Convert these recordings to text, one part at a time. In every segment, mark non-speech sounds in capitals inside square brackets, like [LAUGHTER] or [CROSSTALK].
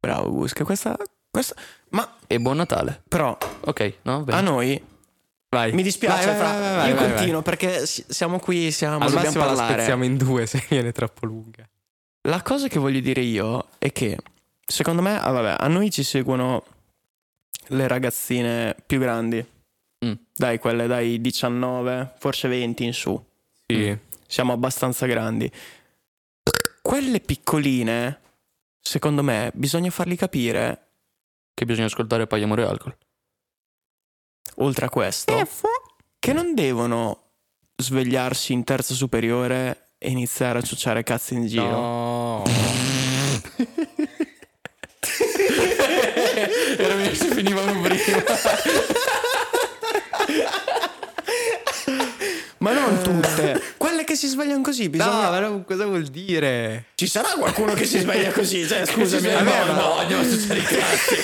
Bravo Busca, questa... questa... Ma E buon Natale. però Ok, Ah, no? Bene. a noi vai. mi dispiace, Vai, fra... vai, vai, vai, io vai, vai. continuo perché si- siamo qui, siamo, Al dobbiamo massimo la parlare. spezziamo in due [LAUGHS] se viene troppo lunga. La cosa che voglio dire io è che secondo me, ah, vabbè, a noi ci seguono le ragazzine più grandi, Mm. dai, quelle dai 19, forse 20 in su, Sì. siamo abbastanza grandi. Quelle piccoline, secondo me, bisogna fargli capire, Che bisogna ascoltare Paglia Amore e Alcol. oltre a questo, che non devono svegliarsi in terza superiore e iniziare a ciucciare cazzi in giro. No. [LAUGHS] Era meglio se finivano prima. Ma [LAUGHS] non tutte, quelle che si svegliano così, bisogna... ma cosa vuol dire? Ci sarà qualcuno che si sveglia così, cioè scusami, sveglia- allora- no, no, andiamo a succedere i cazzi.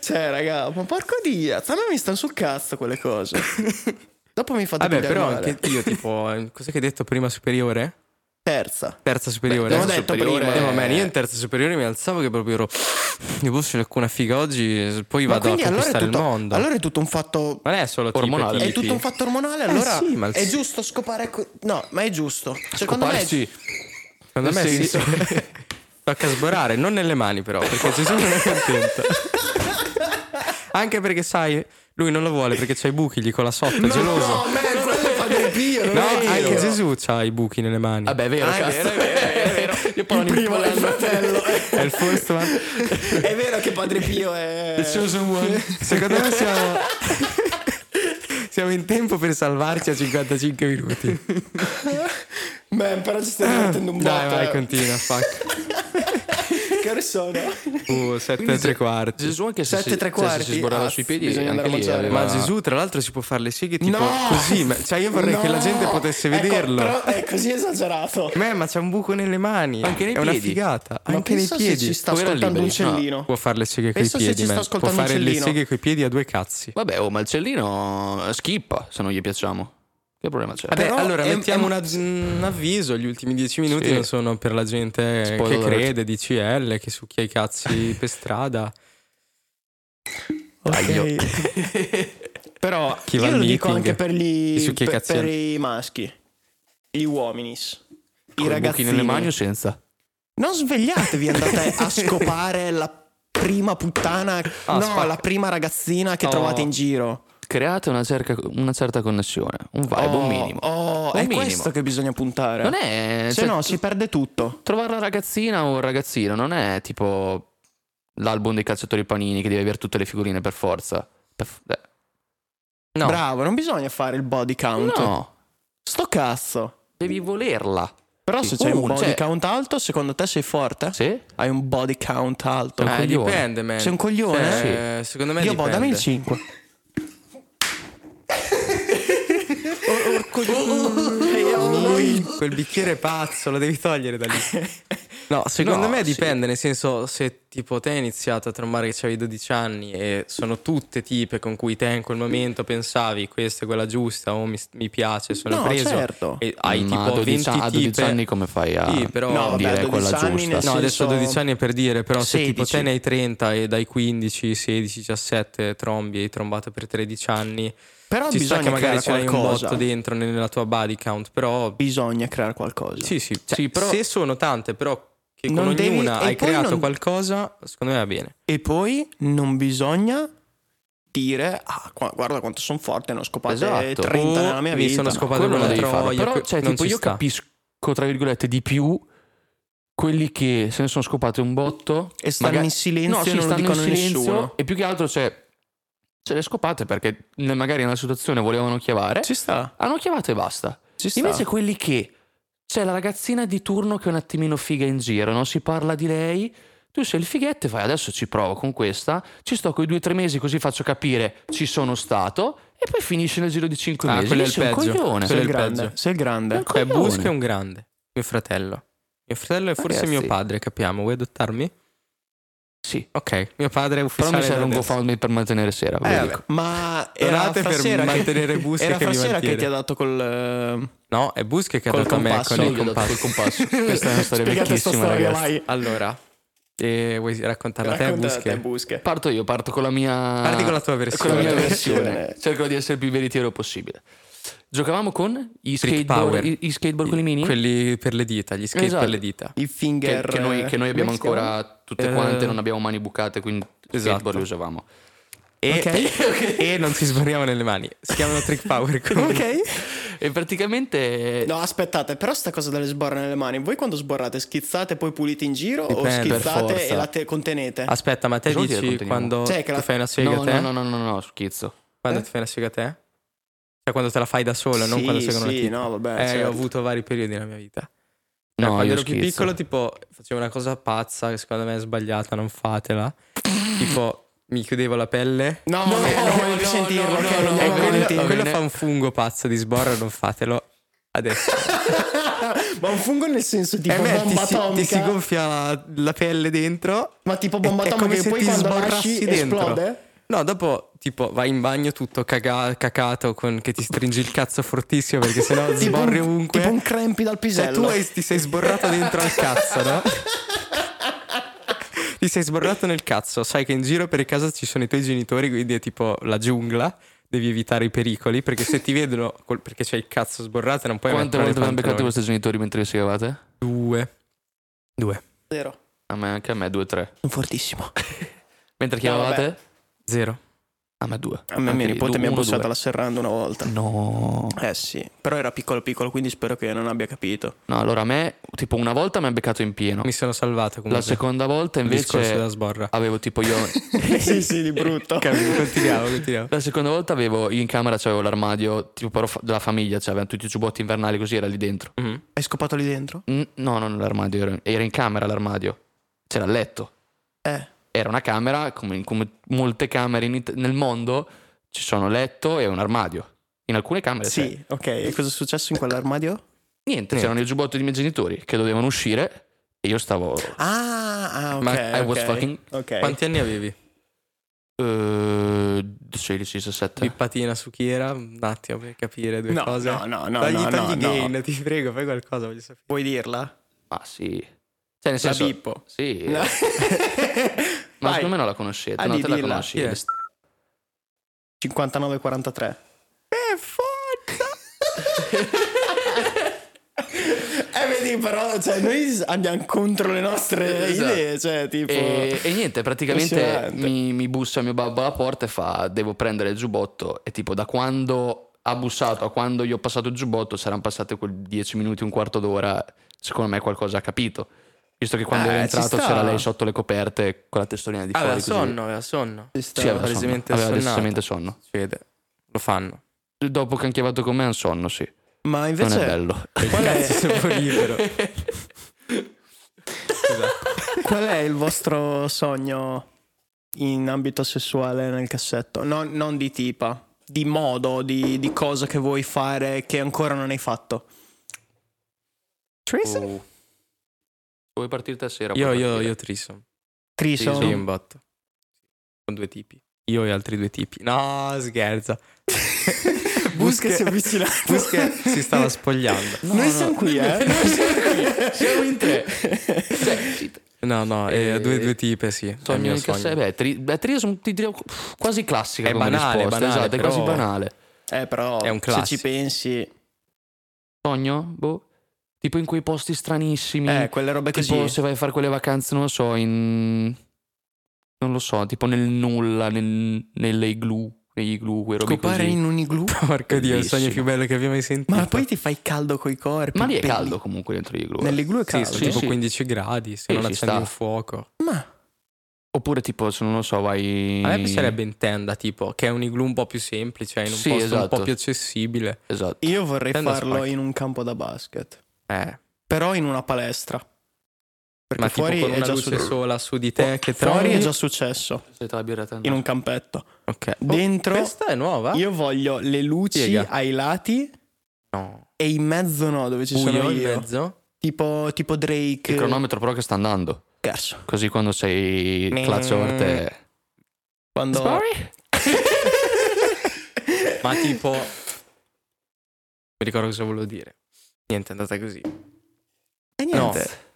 cioè, raga, ma porco dia, a me mi stanno sul cazzo quelle cose. Dopo mi fate Vabbè, pigliare però male. anche io, tipo, [LAUGHS] cos'è che hai detto prima superiore? terza. Terza superiore. L'abbiamo Eh, detto superiore. prima. Eh, vabbè, io in terza superiore mi alzavo che proprio ero. Ne posso c'è alcuna figa oggi. Poi Ma vado a quindi allora è, conquistare tutto, il mondo. allora è tutto un fatto Non è solo tipo Ormonale. È Tipi. tutto un fatto ormonale, allora Eh, sì, ma il- è giusto scopare. co- no, ma è giusto. Secondo me. è- Sì. Secondo me Nel sì. senso- [LAUGHS] Tocca sborare, non nelle mani però, perché Gesù non [LAUGHS] è contento. Anche perché sai, lui non lo vuole perché c'ha i buchi, gli cola sotto, è geloso. No, ma quello fa del Dio, non No, è Dio. anche Gesù ha i buchi nelle mani. Vabbè, è vero, Ah, è cazzo. vero, è vero, è vero. [LAUGHS] Io parlo Il [LAUGHS] primo è il fratello. È il first one. È vero che Padre Pio è. [LAUGHS] Secondo me siamo [LAUGHS] Siamo in tempo per salvarci a [LAUGHS] 55 minuti. Man, però ci stai mettendo un botto. Dai, vai, eh. [LAUGHS] continua, fuck. Che ore sono? Uh, 7 e tre quarti. Gesù anche se, Sette si- tre cioè, se quarti, si sborrava ah, sui piedi bisogna anche andare a lì eh, mangiare. aveva- Ma Gesù, tra l'altro, si può fare le seghe tipo No! così. ma- cioè, io vorrei No! che la gente potesse Ecco, vederlo. però è così esagerato. Beh, ma c'è un buco nelle mani. Anche nei È una piedi. figata. Ma Anche nei pensa se piedi. ci sta O era ascoltando un liberi? No. cellino. Può fare le seghe coi Pensa se piedi. ci sta man. Può ascoltando un fare le cellino. seghe coi piedi a due cazzi. Vabbè, oh, ma il cellino eh, schippa se non gli piacciamo. Che problema c'è? Vabbè, Però allora è- mettiamo è- una- un avviso: gli ultimi dieci minuti Sì. non sono per la gente Spoiler che alert. crede, DCL, che succhia i [LAUGHS] cazzi per strada. Taglio. [LAUGHS] Però Chi va io al lo dico meeting? anche per, gli- Chi succhia i per- cazzi per al- i maschi, gli uominis, i Con ragazzi. buchi nelle mani o senza? Non svegliatevi, andate [LAUGHS] a scopare la prima puttana, Ah, no, spacca. la prima ragazzina che Oh. trovate in giro. Create una, cerca- una certa connessione, un vibe, Oh, un minimo. Oh, Un è minimo. questo che bisogna puntare. Non è... Se cioè, no, si perde tutto. Trovare la ragazzina o un ragazzino non è tipo l'album dei calciatori panini che devi avere tutte le figurine per forza. Per f- eh, No. Bravo, non bisogna fare il body count. No, Sto cazzo. devi volerla. Però se Sì. c'hai Uh, un body cioè- count alto, secondo te sei forte? Sì? Hai un body count alto. Eh, Eh, coglione. dipende, man. Sei un coglione? Cioè, Secondo me Io boh, dipende. dammi il 5. Ui, Quel bicchiere pazzo, lo devi togliere da lì. No, secondo No, me sì. dipende, nel senso se tipo te hai iniziato a trombare che avevi 12 anni e sono tutte tipe con cui te in quel momento pensavi questa è quella giusta o mi, mi piace, sono No, preso certo. e hai Ma a tipo 12 20 a 12 tipe. anni come fai a Sì, però- No, vabbè, dire a 12 quella anni giusta? nel No, adesso senso- 12 anni è per dire, però se tipo 16. te ne hai 30 e dai 15, 16, 17 trombi e hai trombato per 13 anni, Però ci sta Ah, bisogna che magari creare c'hai un qualcosa. botto dentro nella tua body count, però Bisogna creare qualcosa. Sì, sì, Cioè, sì, però- se sono tante, però che con Non devi- ognuna e hai poi creato non- qualcosa, secondo me va bene. E poi non bisogna dire ah, qua- guarda quanto sono forte, ne ho scopate Esatto. 30 Oh, nella mia mi vita. sono scopato Quello una lo devi troia, fare. Però, que- cioè, non tipo, ci io sta. capisco, tra virgolette, di più quelli che se ne sono scopate un botto E stanno in silenzio no, e sì, non lo stanno in dicono a silenzio, nessuno. E più che altro, cioè, se le scopate perché ne- magari nella situazione volevano Eh, chiavare, Ci sta, hanno chiavato e basta. ci sta. Eh, Invece quelli che c'è la ragazzina di turno che è un attimino figa in giro, non si parla di lei. Tu sei il fighetto e fai adesso ci provo con questa, ci sto con i due o tre mesi così faccio capire ci sono stato e poi finisce nel giro di cinque Ah, mesi. quello è Lì il sei un peggio. coglione. Quello sei è il il grande, peggio. sei il grande. Cioè, Busca è coglione. Eh un grande, mio fratello. Mio fratello è forse Ragazzi. mio padre, capiamo. Vuoi adottarmi? Sì. Ok, mio padre è Però ufficiale. mi serve da un adesso. GoFundMe per mantenere sera. ve Eh, lo vabbè, dico. ma era Donate per Frasera che- mantenere Busca era che vi Frasera che mantiene. ti ha dato col eh, No, è Busche che ha Col dato a me compasso, con Sì, il gli ho dato compasso. col compasso. Questa [LAUGHS] è una storia Spiegate sta vecchissima, storia, ragazzi. vai. Allora, eh, vuoi raccontarla te, Racconta Busche? te, Busche. Parto io, parto con la mia. Parti con la tua con la mia versione. [LAUGHS] versione. Cerco di essere il più veritiero possibile. Giocavamo con i Street skateboard, Power. i, i skateboard quelli mini? Quelli per le dita, gli skate Esatto. per le dita. I che, finger che noi, che noi eh, abbiamo come si chiama? Esatto. ancora tutte Eh, quante, non abbiamo mani bucate, quindi skateboard li usavamo. E, Ok. [LAUGHS] e non ci sbarriamo nelle mani. Si chiamano trick power. comunque. Ok. E praticamente No, aspettate, però sta cosa delle sborre nelle mani, voi quando sborrate schizzate e poi pulite in giro Dipende, o per schizzate forza. e la te- contenete? Aspetta, ma te Cosa vuol dire dici conteniamo? quando Cioè, che la- tu fai una sega No, te? no, no, no, no, no, schizzo. Quando Eh? ti fai una sega a te? Cioè quando te la fai da solo, non Sì, quando seguono sì, una tipa. no, vabbè, eh, certo. ho avuto vari periodi nella mia vita. Cioè, No, quando io ero più schizzo. piccolo, tipo, facevo una cosa pazza che secondo me è sbagliata, non fatela. tipo, mi chiudevo la pelle. No, No, non voglio no, più no, sentirlo, no, ok, no, non voglio no, più no, quello, no, sentirlo. no, quello bene. fa un fungo pazzo di sborra, non fatelo. Adesso. Ma un fungo nel senso [LAUGHS] tipo Eh beh, ti bomba si, atomica? ti si gonfia la, la pelle dentro. Ma tipo bomba e- è atomica come che se poi ti quando sborrassi nasci dentro. esplode? No, dopo tipo vai in bagno tutto caga- cacato con che ti stringi il cazzo fortissimo perché sennò [LAUGHS] Tipo sborri un, ovunque. tipo un crampi dal Cioè, pisello. tu hai- ti sei sborrato dentro al cazzo, [LAUGHS] no? ti sei sborrato nel cazzo. Sai che in giro per casa ci sono i tuoi genitori, quindi è tipo la giungla. Devi evitare i pericoli perché se ti vedono col- perché c'hai il cazzo sborrato non puoi Quante mettere volte vi hanno nei beccato i pantaloni. vostri genitori mentre vi segavate? Due. Due. Zero. A me, anche a me, due, tre. Sono fortissimo. Mentre chiamavate? Zero. a me, due. A me Anche mia lì, nipote due, mi ha uno, bussato due. alla serranda una volta. Mm. No. Eh sì, però era piccolo piccolo, quindi spero che non abbia capito. [LAUGHS] No, allora a me, tipo una volta mi ha beccato in pieno. Mi sono salvato comunque. La seconda volta Il discorso della invece Ah, sborra. avevo tipo io... sì, sì, di brutto. [LAUGHS] Capito, continuiamo, continuiamo. La seconda volta avevo, io in camera c'avevo l'armadio, tipo però fa- della famiglia, cioè avevano tutti i giubbotti invernali così, era lì dentro. Mhm. Hai scopato lì dentro? Mm, No, non l'armadio, era, era in camera l'armadio. C'era il letto. Eh. Era una camera, come, come molte camere in It- nel mondo, ci sono letto e un armadio. In alcune camere c'è. Sì, ok. E cosa è successo in quell'armadio? Niente, c'erano i giubbotti dei miei genitori che dovevano uscire e io stavo... Ah, ah ok. Ma I was ok, fucking- Ok. Quanti anni avevi? eh, 16, 17. Pippatina su chi era? Un attimo per capire due No, cose. no, no, no, togli, no, togli no, gain, no. ti prego, fai qualcosa, voglio sapere. Vuoi dirla? Ah sì. Cioè nel La senso... Bippo. Sì. [LAUGHS] No. Ma Vai. secondo me non la conoscete, Ah, no, di- te la dilla. conosci. Chi è? Le st- 59-43. Eh, forza! [LAUGHS] eh, vedi, però, cioè, noi andiamo contro le nostre Esatto. idee, cioè, tipo... E, e niente, praticamente Impressionante. mi, mi bussa mio babbo alla porta e fa: Devo prendere il giubbotto. E tipo, da quando ha bussato a quando gli ho passato il giubbotto, saranno passate quel 10 minuti, un quarto d'ora. Secondo me qualcosa ha capito. Visto che quando Eh, era ci entrato sta. c'era lei sotto le coperte con la testolina di fuori. Aveva così. sonno, aveva sonno. Ci sta. Sì, aveva sonno. palesemente Aveva assonnato. decisamente sonno. Succede. Lo fanno. Dopo che ha chiavato con me, è un sonno, sì. Ma invece... Non è bello. Qual Cazzo, è, sono libero. Scusa. qual è il vostro sogno in ambito sessuale nel cassetto? Non, non di tipa, di modo, di, di cosa che vuoi fare che ancora non hai fatto. Treason? Oh. Vuoi partire te sera? Io, puoi io, partire. io trisom. Treason? Sì, in botto. Con due tipi. Io e altri due tipi. No, scherzo. Busca [LAUGHS] si è avvicinato. Busca si stava spogliando. Noi siamo qui, [LAUGHS] eh. Noi siamo qui. Siamo in tre. Cioè, sì, No, no, e... Eh, due, due tipe, sì. è il Sogno mio nel cassetto. sogno. Beh, tri- beh, trio sono- ti direi uff, quasi classica. È come banale, risposta, banale, esatto, è però- quasi banale. Eh, però, È un se classico. ci pensi, Sogno? Boh. Tipo in quei posti stranissimi. eh, quelle robe tipo così. se vai a fare quelle vacanze, non lo so, in. Non lo so, tipo nel nulla, nel, nelle iglu, negli iglu, quei robe Scopare così. in un [LAUGHS] igloo. Porco Dio, il Bellissimo. sogno più bello che abbia mai sentito. Ma poi ti fai caldo coi corpi. Ma lì è belli- caldo comunque dentro gli iglu. eh. Nell'igloo è Sì, caldo. sono Sì, tipo sì. 15 gradi, se Sì, non ci accendi sta. un fuoco. Ma Oppure tipo, se non lo so, vai. A me piacerebbe in tenda, tipo, che è un igloo un po' più semplice, in un Sì, posto un po' esatto. più accessibile. Esatto. io vorrei Tenda farlo spacca. in un campo da basket. Eh, Però in una palestra. Perché ma tipo fuori con è una già luce successo. sola su di te che Fuori è trovi. già successo. Se te la birra te- In un campetto. Ok. Oh, Dentro Questa è nuova? io voglio le luci Spiega. ai lati no. e in mezzo no, dove ci Buio sono in io. mezzo? Tipo, tipo Drake. Il cronometro però che sta andando. scherzo. Così quando sei Mm. clacciorte. Quando... [LAUGHS] Sorry? Ma tipo... Non mi ricordo cosa volevo dire. Niente, è andata così. E No. niente.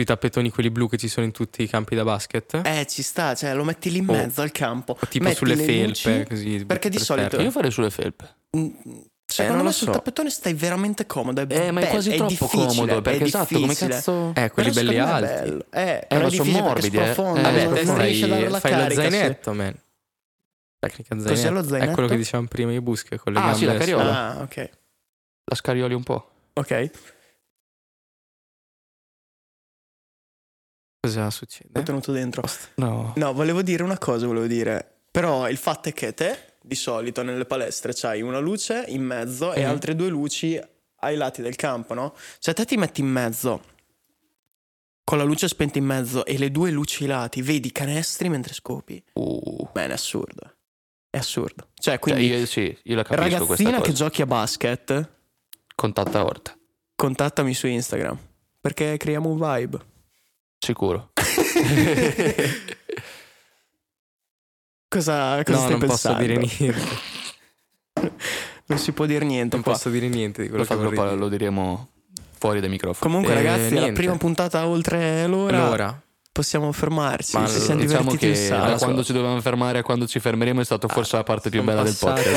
I tappetoni quelli blu che ci sono in tutti i campi da basket. Eh, ci sta, cioè lo metti lì in Oh. mezzo al campo. O tipo metti sulle le felpe, luci- così. perché di per solito- terra. Io farei sulle felpe. Mm, non Secondo lo me sul so. tappettone stai veramente comodo. È Eh, ma è be- quasi troppo difficile, comodo. è Perché esatto, come difficile. cazzo. Eh, quelli Però belli secondo me è alti. bello. Eh, però ma è sono difficile perché morbidi, eh. sprofondi, Eh, Vabbè, non te sprofondi. riesci a dare fai, la fai lo carica, sì. zainetto, man. Tecnica zainetto. Cos'è lo zainetto? È quello che dicevamo prima io busche con le Ah, gambe. eh. sì, la cariola. sopra. Ah, ok. La scarioli un po'. Eh? Ok, Cosa l'ho succede? tenuto dentro. No. No, volevo dire una cosa, volevo dire. Però il fatto è che te, di solito, nelle palestre c'hai una luce in mezzo e Mhm. altre due luci ai lati del campo, no? Cioè te ti metti in mezzo, con la luce spenta in mezzo e le due luci ai lati, vedi i canestri mentre scopi. Uh. Bene, è assurdo. È assurdo. Cioè, Cioè, quindi, io sì, io la capisco questa ragazzina cosa. che giochi a basket, Contatta Orta. contattami su Instagram. Perché creiamo un vibe. Sicuro. Ecco, Cosa, cosa No, stai non posso pensando? [LAUGHS] dire niente. Non si può dire niente Non qua. posso dire niente di quello lo, fa- che lo vorrei fa- dire. lo diremo fuori dai microfoni. Comunque, Eh, ragazzi, la niente. prima puntata oltre l'ora. Allora, Possiamo fermarci. Ma ci siamo diciamo divertiti che un sacco. da quando ci dovevamo fermare a quando ci fermeremo è stata forse la parte più sono bella del [LAUGHS] podcast.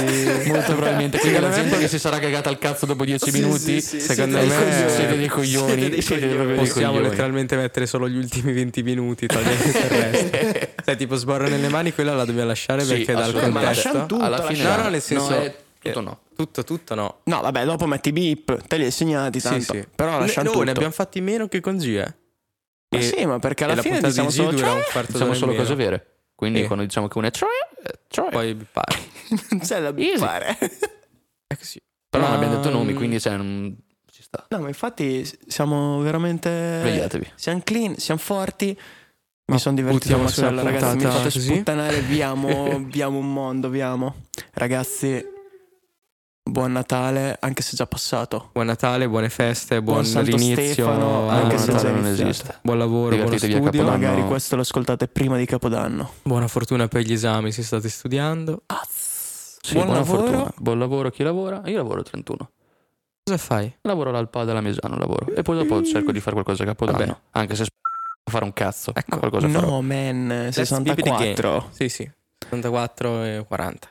[LAUGHS] passati- Molto probabilmente. Quindi la Secondo me- gente che si sarà cagata al cazzo dopo dieci Cioè, Sì, sì, minuti, sì, secondo siete dei me coglioni. siete dei coglioni. Siete dei siete coglioni. proprio dei Possiamo coglioni. letteralmente mettere solo gli ultimi 20 minuti, togliere il resto. [LAUGHS] Cioè, tipo sborra nelle mani, quella la dobbiamo lasciare Sì, perché dal assolutamente. Ma lasciamo contesto. tutto, Alla fine lasciamo- No, no, nel senso- è tutto no. Tutto, tutto no. No, vabbè, dopo metti i beep, te li hai segnati Sì, tanto. sì. Però lasciamo no, tutto. ne abbiamo fatti meno che con G, eh. Ma e- sì, ma perché e alla la fine puntata diciamo di G solo dura ciao. un quarto Diciamo d'ora solo in meno. cose vere. Quindi Sì. quando diciamo che uno è troia, è troia. Poi pare. Non c'è da Easy. fare. [LAUGHS] È così. Però non Ma- abbiamo detto nomi, quindi cioè, non- ci sta. No, ma infatti siamo veramente. Svegliatevi. Siamo clean, siamo forti. Mi Ma sono divertito buttiamo su una Marcello, ragazzi. Mi puntata fate così? sputtanare, vi amo, vi amo un mondo, vi amo. Ragazzi, buon Natale, anche se è già passato. Buon Natale, buone feste, buon, Buon Santo rinizio. Stefano, anche ah, se Natale già non iniziato. esiste. Buon lavoro, buono Divertitevi a studio. Capodanno. Magari questo lo ascoltate prima di Capodanno. Buona fortuna per gli esami se state studiando. Ah, Sì, buon buona lavoro. fortuna. Buon lavoro a chi lavora. Io lavoro 31. Cosa fai? Lavoro all'Alpada alla Mesano, lavoro. E poi dopo cerco di fare qualcosa a Capodanno. Vabbè. Anche se sp- fare un cazzo. Ecco, ma qualcosa farò. No, man, keep it 64. Sì, sì. 74 e 40.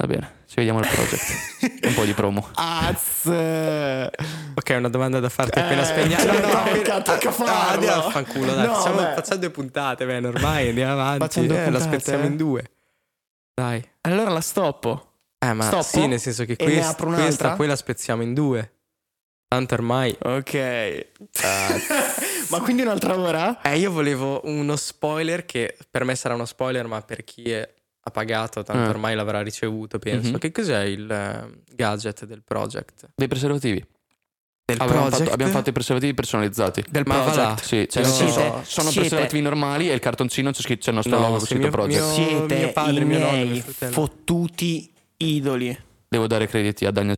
Va bene, ci vediamo al [LAUGHS] project. un po' di promo. Az. Ok, una domanda da farti appena Eh, spegnato. cioè, no, perché attacca a farlo? Ah, andiamo a fanculo, dai. No, facciamo, beh. facciamo due puntate, bene, ormai andiamo avanti. Facciamo due eh, la puntate, spezziamo eh. in due. Dai. Allora la stoppo. Eh, ma Stoppo? sì, nel senso che E ne quest- apro un'altra? questa poi la spezziamo in due. Tanto ormai... Ok. Ah, ma quindi un'altra ora? Eh, io volevo uno spoiler che per me sarà uno spoiler, ma per chi è- ha pagato, tanto Ah. ormai l'avrà ricevuto, penso. Mhm. Che cos'è il eh, gadget del project? Dei preservativi. Del Abbiamo fatto, abbiamo fatto i preservativi personalizzati. del Ma va project. là. Sì, cioè, Io- sì, Siete- sono siete- preservativi normali e il cartoncino c'è, scritto, c'è il nostro No, logo se scritto mio- project. mio- Siete mio padre, i mio nonno, miei mio fratello. fottuti idoli. Devo dare crediti a Daniel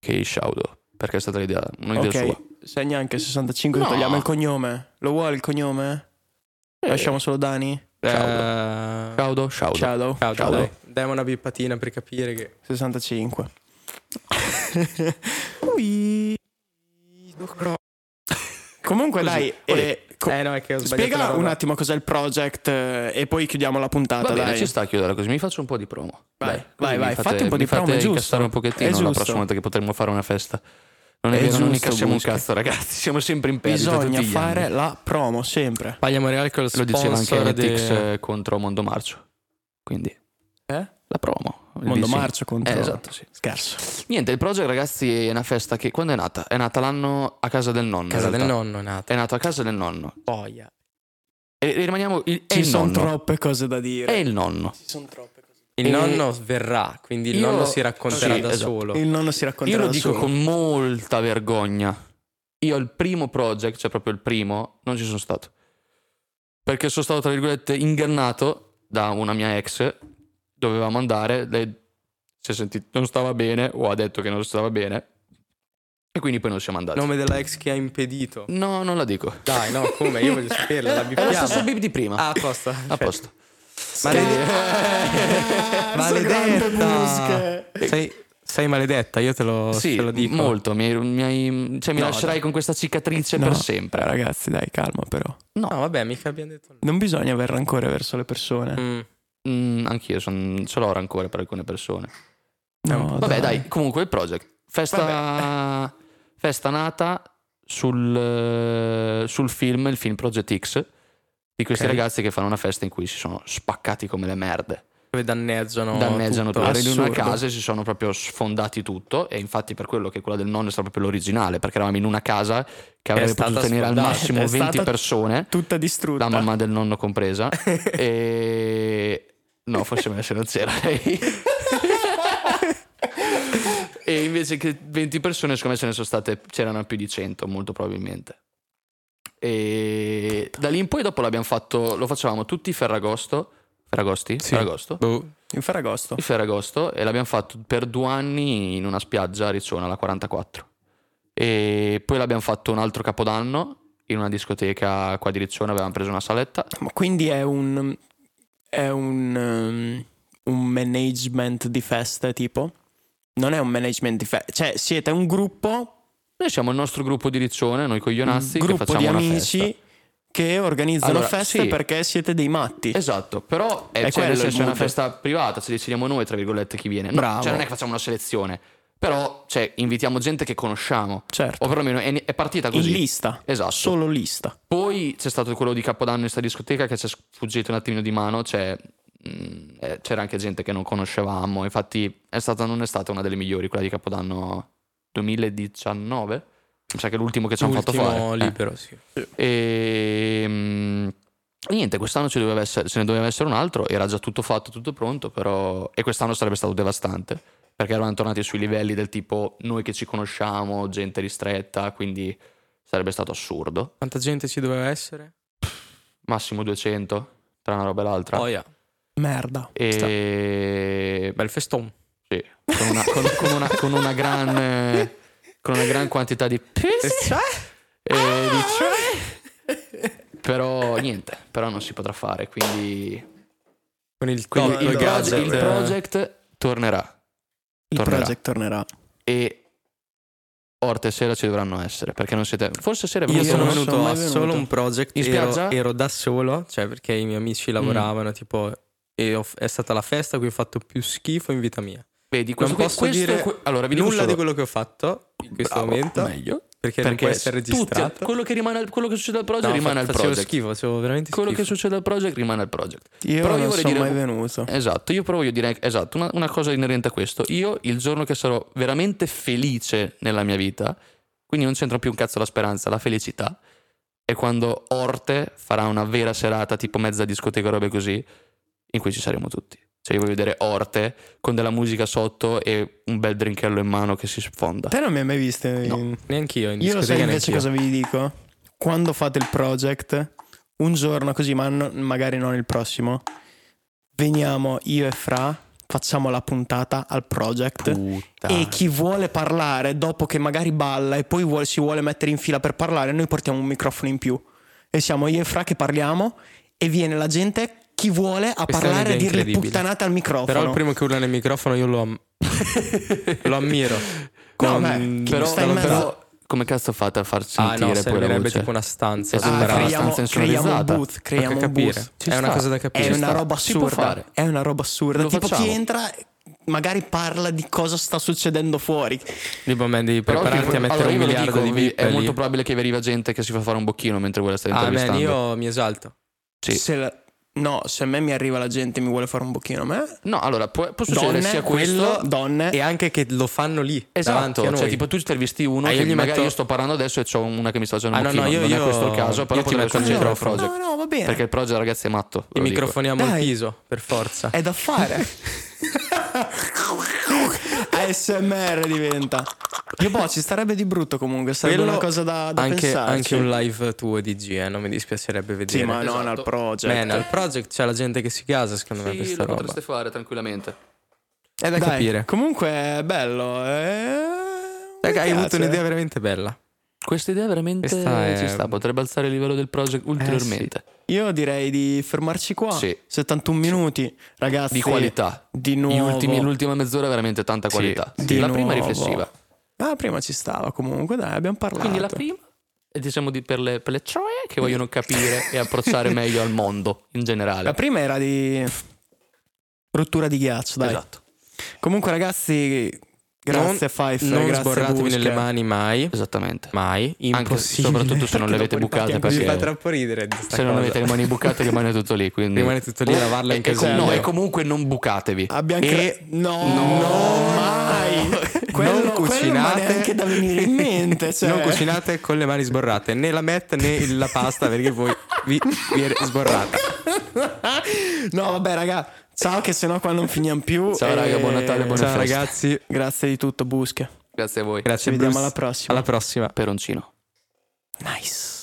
che è Shaudo. Perché è stata l'idea, un'idea ok. sua. Segna anche 65, No. Eh. togliamo il cognome. Lo vuole il cognome? Lasciamo solo Dani? Eh, Shaudo, Shaudo. Shadow. ciao, ciao, Ciao. dai. Dai una bippatina per capire che... [LAUGHS] 65. Comunque Così. dai, Così. eh, co- eh no, è che ho sbagliato la spiega roba. un attimo cos'è il project eh, e poi chiudiamo la puntata. Va bene, dai. ci sta a chiuderla così. Mi faccio un po' di promo. Vai, Dai, vai, così mi vai, fate un po' di mi promo, è Fate giusto. incassare un È pochettino la giusto. prossima volta che potremmo fare una festa. Non è, È vero, non giusto, incassiamo un Buschi. cazzo, ragazzi. Siamo sempre in perdita. Bisogna tutti gli fare anni. la promo sempre. Pagliamo Real con lo Lo diceva anche sponsor de- Heretics eh, contro Mondo Marcio. Quindi Eh? la promo. il Mondo BC. Marcio contro... Eh, esatto, sì. Scherzo. Niente, il project, ragazzi, è una festa che quando è nata? È nata l'anno a casa del nonno. in Casa del realtà. nonno è nata. È nato a casa del nonno. Boia. E, e rimaniamo il, è Ci il sono nonno. troppe cose da È dire. il nonno. Ci sono troppe cose. Il E- nonno verrà, quindi il Io- nonno si racconterà Sì, da esatto. solo. Il nonno si Io racconterà lo da dico solo. con molta vergogna. Io al primo project, cioè proprio il primo, non ci sono stato. Perché sono stato, tra virgolette, ingannato da una mia ex. Dovevamo andare, lei si è sentita, non stava bene, o ha detto che non stava bene. E quindi poi non siamo andati. Nome della ex che ha impedito. No, non la dico. Dai, no, come? Io voglio [LAUGHS] saperla, la È lo bippiamo. stesso bip di prima. Ah, apposta. A posto. Malede- [LAUGHS] maledetta. Sei, sei maledetta, io te lo, Sì, te lo dico. molto. Mi, hai- mi hai- cioè, mi No, lascerai dai. con questa cicatrice No, per sempre. Ragazzi, dai, calma però. No, vabbè, mica abbiamo detto nulla. Non bisogna aver rancore verso le persone. Mm. Mm, anch'io son- ce l'ho rancore per alcune persone. No, Vabbè, dai. comunque il project. Festa, festa nata sul, eh, sul film, il film Project X, di questi Ok. ragazzi che fanno una festa in cui si sono spaccati come le merde. Dove danneggiano. Danneggiano tutto. tutto. Erano in una assurdo. casa e si sono proprio sfondati tutto. E infatti, per quello che quella del nonno è stata proprio l'originale, perché eravamo in una casa che avrebbe stata potuto tenere al sfondata. massimo È 20 stata persone. Tutta distrutta. La mamma del nonno compresa. e... No, forse me se non c'era [LAUGHS] lei. e invece che 20 persone, secondo me ce ne sono state, c'erano più di 100, molto probabilmente. E da lì in poi dopo l'abbiamo fatto, lo facevamo tutti Ferragosto. Ferragosti? Sì. Ferragosto. Boh. [LAUGHS] In Ferragosto. Il Ferragosto e l'abbiamo fatto per due anni in una spiaggia a Ricciona, la 44. E poi l'abbiamo fatto un altro capodanno in una discoteca qua di Ricciona, avevamo preso una saletta. Ma quindi è un. È un. um, un management di feste tipo? Non è un management di feste. Cioè, siete un gruppo. Noi siamo il nostro gruppo di Riccione, noi coglionazzi, un Ah, che gruppo facciamo di una amici festa. che organizzano Allora, feste sì. perché siete dei matti. Esatto, però È è, cioè, quello nel il senso, è una punto. festa privata, ci decidiamo noi, tra virgolette, chi viene. No, Bravo. Cioè non è che facciamo una selezione, però cioè, invitiamo gente che conosciamo, certo. o perlomeno è, è partita In così. lista. Esatto. Solo lista. Poi c'è stato quello di Capodanno in sta discoteca che ci è sfuggito un attimino di mano, cioè, mh, eh, c'era anche gente che non conoscevamo, infatti è stata, non è stata una delle migliori quella di Capodanno 2019, mi sa che è l'ultimo che ci hanno fatto L'ultimo fare. Eh. libero, sì. E mm, niente, quest'anno ci doveva essere- ce ne doveva essere un altro, era già tutto fatto, tutto pronto, però... E quest'anno sarebbe stato devastante, perché eravamo tornati sui livelli del tipo noi che ci conosciamo, gente ristretta, quindi sarebbe stato assurdo. Quanta gente ci doveva essere? Massimo 200, tra una roba e l'altra. Oh, yeah. Merda. Sta- e... Bel feston. sì, con una, con- con una- con una gran... eh, Con una gran quantità di... cioè? E di- Ah! Però niente, però non si potrà fare, quindi Con il Quindi No, top, il, no, proge- gadget, il eh. project tornerà Il tornerà. project tornerà. e Orte e Sera ci dovranno essere perché non siete forse Sera è Io venuto- sono non venuto sono mai a venuto. solo un project. In Ero, spiaggia? ero da solo, cioè perché i miei Mm. amici lavoravano. Tipo, e ho- è stata la festa a cui ho fatto più schifo in vita mia. vedi questo, non posso questo- dire que- allora vi dico Nulla solo- di quello che ho fatto in questo Bravo, momento. Ah, meglio Perché, non perché può essere tutti- registrato. quello che rimane al- quello che succede al project No, rimane fa- al facevo project schifo, facevo veramente quello che schifo. succede al project rimane al project Io Però io non vorrei sono dire- mai venuto. esatto io però voglio dire esatto una, una cosa inerente a questo io il giorno che sarò veramente felice nella mia vita quindi non c'entra più un cazzo la speranza la felicità è quando Orte farà una vera serata tipo mezza discoteca robe così in cui ci saremo tutti cioè io voglio vedere Orte con della musica sotto e un bel drinkello in mano che si sfonda Te non mi hai mai visto in- No. Neanch'io in Io lo sai discoteca, invece neanch'io. cosa vi dico? Quando fate il project, un giorno così, ma no- magari non il prossimo, veniamo io e Fra, facciamo la puntata al project. puttana E chi vuole parlare dopo che magari balla e poi vuole- si vuole mettere in fila per parlare, noi portiamo un microfono in più. E siamo io e Fra che parliamo e viene la gente, chi vuole, a Questa è parlare e un'idea dirle incredibile. puttanate al microfono. Però il primo che urla nel microfono io lo, [LAUGHS] am- lo ammiro. Con- beh, chi però, sta in però- mezzo- come cazzo fate a far Ah sentire no, poi la servirebbe voce tipo una stanza. Esatto. Ah, sembrava- Sembra creiamo, abbastanza creiamo un insonorizzata. booth, per creiamo un capire. booth. Ci è una sta. cosa da È capire. Ci una sta. roba Si può assurda. fare. È una roba assurda. Lo tipo chi facciamo. entra, magari parla di cosa sta succedendo fuori. Tipo, man, devi Però prepararti tipo- a mettere allora, un io ve lo miliardo dico, di vi- bip È lì. molto probabile che vi arriva gente che si fa fare un bocchino mentre voi la state Ah, man, intervistando. io mi esalto. Sì. Se la- no, se a me mi arriva la gente e mi vuole fare un bocchino a me, No, allora può, può succedere donne, sia quello, questo. donne. E anche che lo fanno lì. davanti Esatto, a cioè noi. tipo tu intervisti uno Ah, io che gli magari metto- io sto parlando adesso e c'ho una che mi sta facendo un Ah, no, no, bocchino. io- non io- è questo il caso, però io ti potrebbe metto al succedere al microfono. project. No, no, va bene. Perché il project ragazzi è matto. Ti ve lo dico. microfoniamo il Dai. viso, per forza. È da fare. ASMR diventa. Io boh, ci starebbe di brutto comunque, sarebbe Quello- una cosa da, da anche, pensarci. anche un live tuo di G, eh, non mi dispiacerebbe vedere. Sì, ma certo. non Esatto. al project. Man, al project c'è la gente che si casa, secondo me, Sì, questa lo roba. potreste fare tranquillamente. È da Dai, capire. Comunque è bello. eh. È Raga, hai piace, avuto eh. un'idea veramente bella. Questa idea veramente Questa è- Eh, ci sta, potrebbe alzare il livello del project ulteriormente. Io direi di fermarci qua. Sì. 71 minuti, ragazzi. Di qualità. Di Gli nuovo. ultimi- l'ultima mezz'ora è veramente tanta Sì, Esatto. qualità. Di la nuovo. prima è riflessiva. Ah, prima ci stava comunque, dai, abbiamo parlato. Quindi la prima è diciamo di- per, le, per le troie che vogliono capire e [LAUGHS] approcciare meglio al mondo in generale. La prima era di rottura di ghiaccio, dai. Esatto. Comunque, ragazzi, grazie Non- Pfeiffer, non grazie sborratevi Busca. nelle mani mai. Esattamente. Mai. Anche Impossibile. soprattutto se non le avete dopo bucate riparti Mi fa perché troppo ridere. di sta se non cosa. avete le mani [LAUGHS] bucate rimane tutto lì, quindi Rimane tutto lì a lavarla in E- e com- casino. No, e comunque non bucatevi. Abbiamo E- cre- no, No. no, [LAUGHS] mai. Quello, non Quello cucinate ma neanche da venire in mente, cioè. Non cucinate con le mani sborrate, né la met né il- la pasta perché voi vi, vi sborrate. No, vabbè, raga. Ciao che sennò qua non finiamo più. Ciao, raga, buon Natale, buone Ciao, feste. ragazzi. Grazie di tutto, Busca. Grazie a voi. Grazie Ci vediamo Bruce. alla prossima. Alla prossima. Peroncino. Nice.